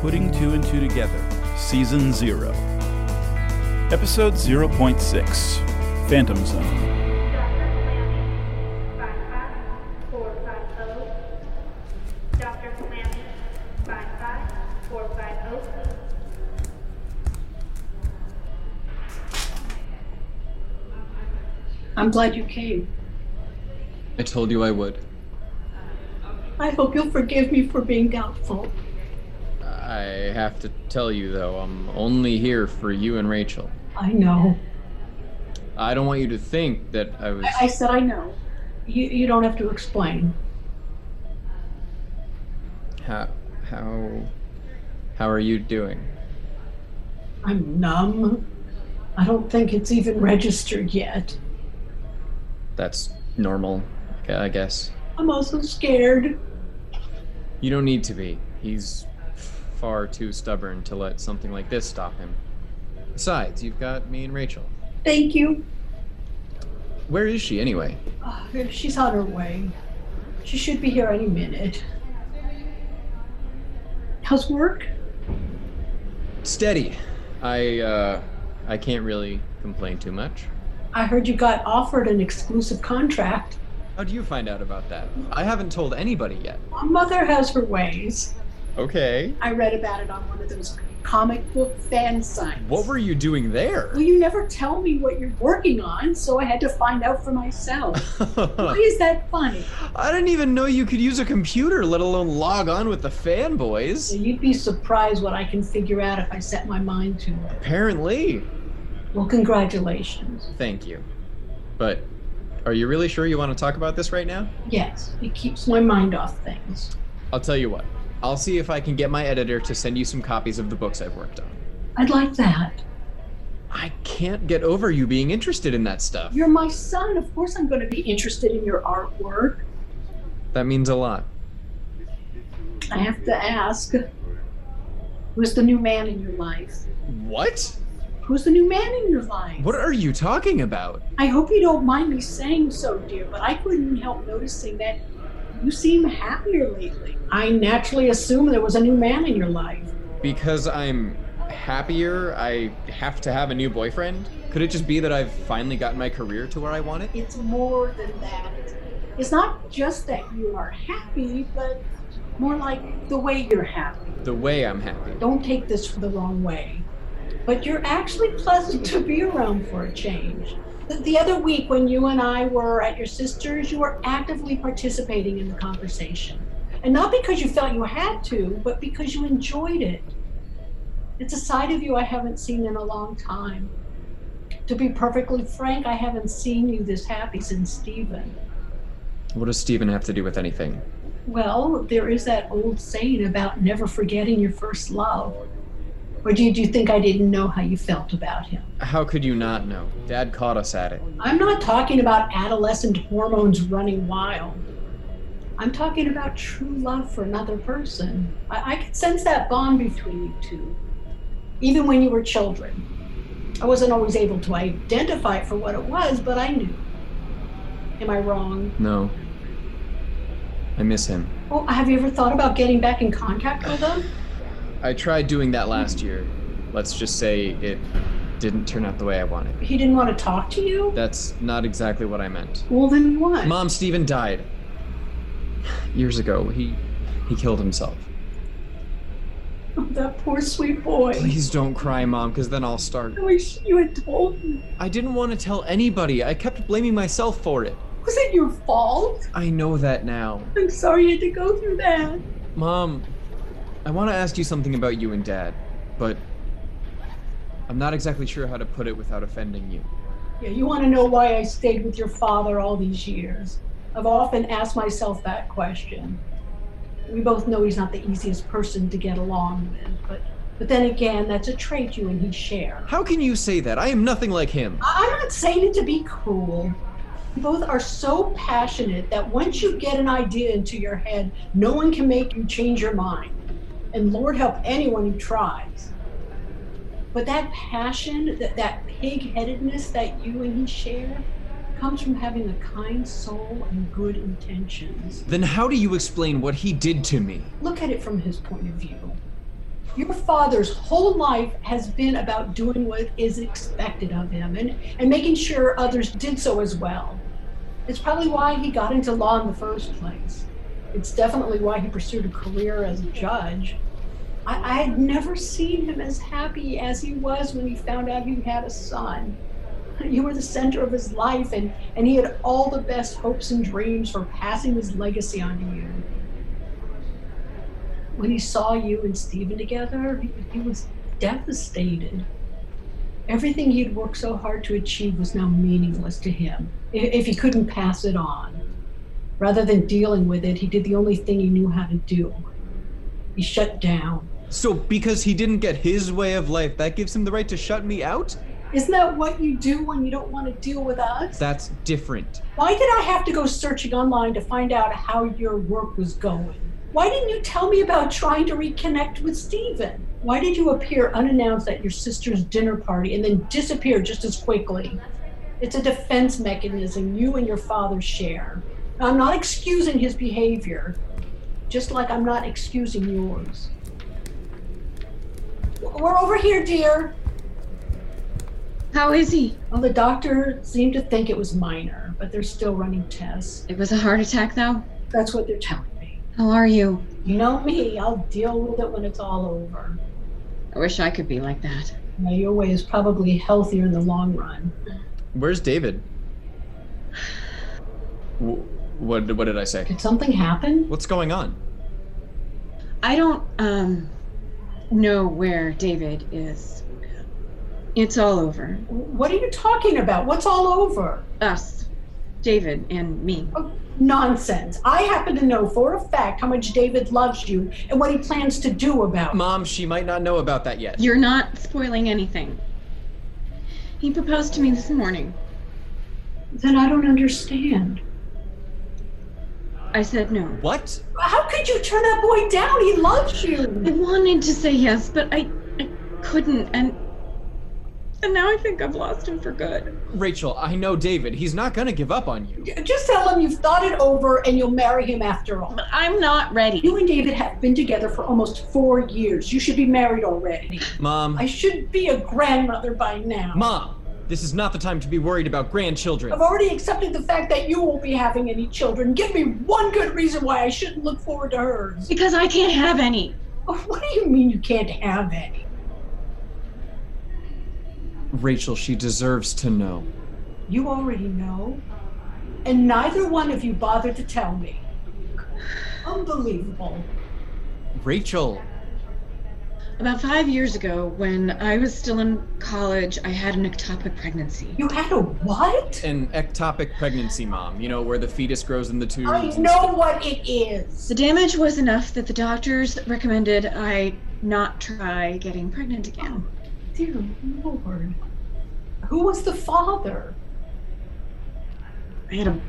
Putting Two and Two Together, Season 0, Episode 0.6 Phantom Zone. Dr. Flannery, 55450. I'm glad you came. I told you I would. I hope you'll forgive me for being doubtful. I have to tell you, though, I'm only here for you and Rachel. I know. I don't want you to think that I was. I, I said I know. You, you don't have to explain. How, how, how are you doing? I'm numb. I don't think it's even registered yet. That's normal, I gu- I guess. I'm also scared. You don't need to be. He's far too stubborn to let something like this stop him. Besides, you've got me and Rachel. Thank you. Where is she, anyway? Ah, she's on her way. She should be here any minute. How's work? Steady. I, uh, I can't really complain too much. I heard you got offered an exclusive contract. How do you find out about that? I haven't told anybody yet. My mother has her ways. Okay. I read about it on one of those comic book fan sites. What were you doing there? Well, you never tell me what you're working on, so I had to find out for myself. Why is that funny? I didn't even know you could use a computer, let alone log on with the So fanboys. you'd be surprised what I can figure out if I set my mind to it. Apparently. Well, congratulations. Thank you. But are you really sure you want to talk about this right now? Yes, it keeps my mind off things. I'll tell you what. I'll see if I can get my editor to send you some copies of the books I've worked on. I'd like that. I can't get over you being interested in that stuff. You're my son. Of course, I'm going to be interested in your artwork. That means a lot. I have to ask who's the new man in your life? What? Who's the new man in your life? What are you talking about? I hope you don't mind me saying so, dear, but I couldn't help noticing that you seem happier lately. I naturally assumed there was a new man in your life. Because I'm happier, I have to have a new boyfriend? Could it just be that I've finally gotten my career to where I want it? It's more than that. It's not just that you are happy, but more like the way you're happy. The way I'm happy. Don't take this for the wrong way, but you're actually pleasant to be around for a change. The, the other week, when you and I were at your sister's, you were actively participating in the conversation. And not because you felt you had to, but because you enjoyed it. It's a side of you I haven't seen in a long time. To be perfectly frank, I haven't seen you this happy since Stephen. What does Steven have to do with anything? Well, there is that old saying about never forgetting your first love. Or do you, do you think I didn't know how you felt about him? How could you not know? Dad caught us at it. I'm not talking about adolescent hormones running wild. I'm talking about true love for another person. I, I could sense that bond between you two, even when you were children. I wasn't always able to identify it for what it was, but I knew. Am I wrong? No. I miss him. Oh, have you ever thought about getting back in contact with him? I tried doing that last year. Let's just say it didn't turn out the way I wanted. He didn't want to talk to you? That's not exactly what I meant. Well, then what? Mom, Steven died. Years ago, he he killed himself. That poor sweet boy. Please don't cry, Mom, because then I'll start. I wish you had told me. I didn't want to tell anybody. I kept blaming myself for it. Was it your fault? I know that now. I'm sorry you had to go through that. Mom, I want to ask you something about you and Dad, but I'm not exactly sure how to put it without offending you. Yeah, you want to know why I stayed with your father all these years? I've often asked myself that question. We both know he's not the easiest person to get along with, but but then again, that's a trait you and he share. How can you say that? I am nothing like him. I- I'm not saying it to be cruel. You both are so passionate that once you get an idea into your head, no one can make you change your mind. And Lord help anyone who tries. But that passion, that, that pig headedness that you and he share, comes from having a kind soul and good intentions. Then how do you explain what he did to me? Look at it from his point of view. your father's whole life has been about doing what is expected of him and, and making sure others did so as well. It's probably why he got into law in the first place. It's definitely why he pursued a career as a judge. I, I had never seen him as happy as he was when he found out he had a son. You were the center of his life, and, and he had all the best hopes and dreams for passing his legacy on to you when he saw you and Stephen together, he, he, was devastated. Everything he'd worked so hard to achieve was now meaningless to him if, if he couldn't pass it on. Rather than dealing with it, he did the only thing he knew how to do he shut down. So, because he didn't get his way of life, that gives him the right to shut me out? Isn't that what you do when you don't want to deal with us? That's different. Why did I have to go searching online to find out how your work was going? Why didn't you tell me about trying to reconnect with Steven? Why did you appear unannounced at your sister's dinner party and then disappear just as quickly? It's a defense mechanism you and your father share. Now, I'm not excusing his behavior, just like I'm not excusing yours. We're over here, dear. How is he? Well, the doctor seemed to think it was minor, but they're still running tests. It was a heart attack, though? That's what they're telling me. How are you? You know me, I'll deal with it when it's all over. I wish I could be like that. Now, your way is probably healthier in the long run. Where's David? W- what, what did I say? Did something happen? What's going on? I don't um, know where David is. It's all over. What are you talking about? What's all over? Us, David, and me. Oh nonsense. I happen to know for a fact how much David loves you and what he plans to do about it. Mom, she might not know about that yet. You're not spoiling anything. He proposed to me this morning. Then I don't understand. I said no. What? How could you turn that boy down? He loves you. I wanted to say yes, but I, I couldn't and and now I think I've lost him for good. Rachel, I know David. He's not gonna give up on you. Just tell him you've thought it over and you'll marry him after all. But I'm not ready. You and David have been together for almost four years. You should be married already. Mom. I should be a grandmother by now. Mom, this is not the time to be worried about grandchildren. I've already accepted the fact that you won't be having any children. Give me one good reason why I shouldn't look forward to hers. Because I can't have any. What do you mean you can't have any? Rachel, she deserves to know. You already know. And neither one of you bothered to tell me. Unbelievable. Rachel. About five years ago, when I was still in college, I had an ectopic pregnancy. You had a what? An ectopic pregnancy, Mom. You know, where the fetus grows in the tube. I know what it is. The damage was enough that the doctors recommended I not try getting pregnant again. Oh dear lord who was the father i had a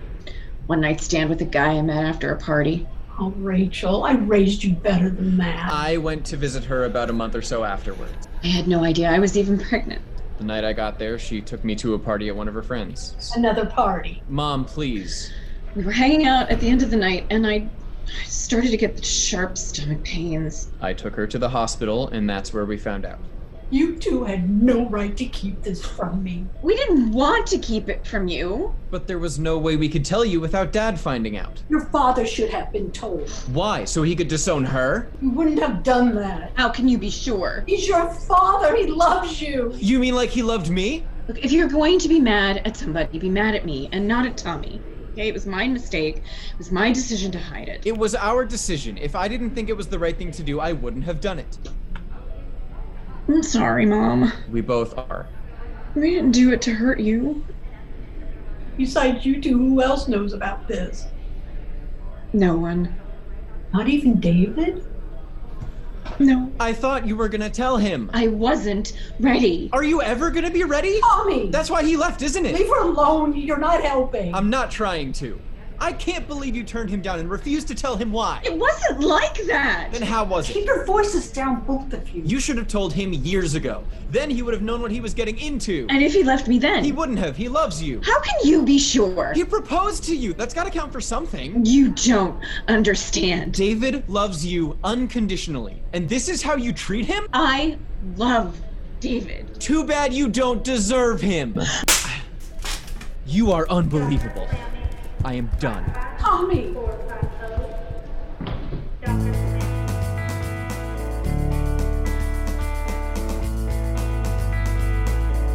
one night stand with a guy i met after a party oh rachel i raised you better than that i went to visit her about a month or so afterwards i had no idea i was even pregnant the night i got there she took me to a party at one of her friends another party mom please we were hanging out at the end of the night and i I started to get sharp stomach pains. I took her to the hospital, and that's where we found out. You two had no right to keep this from me. We didn't want to keep it from you. But there was no way we could tell you without Dad finding out. Your father should have been told. Why? So he could disown her? You wouldn't have done that. How can you be sure? He's your father. He loves you. You mean like he loved me? Look, if you're going to be mad at somebody, be mad at me and not at Tommy. Okay, it was my mistake. It was my decision to hide it. It was our decision. If I didn't think it was the right thing to do, I wouldn't have done it. I'm sorry, Mom. We both are. We didn't do it to hurt you. Besides you two, who else knows about this? No one. Not even David? No. I thought you were gonna tell him. I wasn't ready. Are you ever gonna be ready? Tommy! That's why he left, isn't it? Leave her alone. You're not helping. I'm not trying to. I can't believe you turned him down and refused to tell him why. It wasn't like that. Then how was it? Keep your voices down, both of you. You should have told him years ago. Then he would have known what he was getting into. And if he left me then, He wouldn't have. He loves you. how can you be sure? He proposed to you. That's gotta count for something. You don't understand. David loves you unconditionally. And this is how you treat him? I love David. Too bad you don't deserve him. You are unbelievable. I am done. Tommy, Dr. Flammey.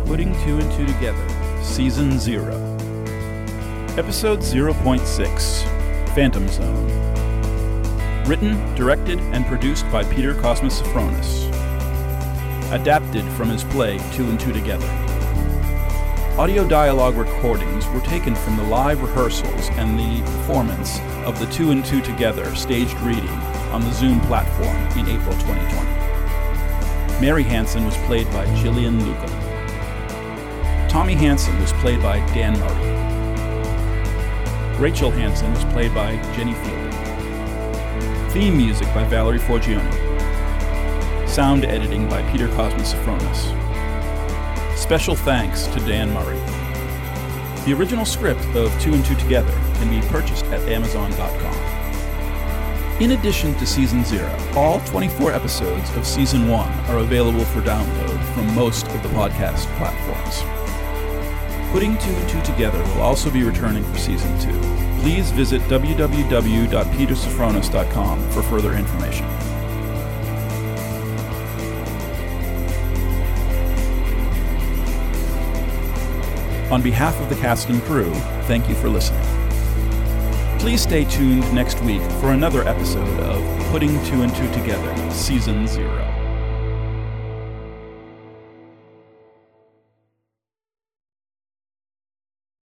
Putting Two and Two Together, Season 0. Episode 0.6 Phantom Zone. Written, directed, and produced by Peter Cosmas Sophronis. Adapted from his play Two and Two Together. Audio dialogue recordings were taken from the live rehearsals and the performance of the Two and Two Together staged reading on the Zoom platform in April 2020. Mary Hansen was played by Jillian Luca. Tommy Hansen was played by Dan Murray. Rachel Hansen was played by Jenny Fielding. Theme music by Valerie Forgione. Sound editing by Peter Cosmas Sophronis. Special thanks to Dan Murray. The original script of Two and Two Together can be purchased at Amazon.com. In addition to Season 0, all 24 episodes of Season 1 are available for download from most of the podcast platforms. Putting 2 and 2 Together will also be returning for Season 2. Please visit www.petersophronis.com for further information. On behalf of the cast and crew, thank you for listening. Please stay tuned next week for another episode of Putting Two and Two Together, Season Zero.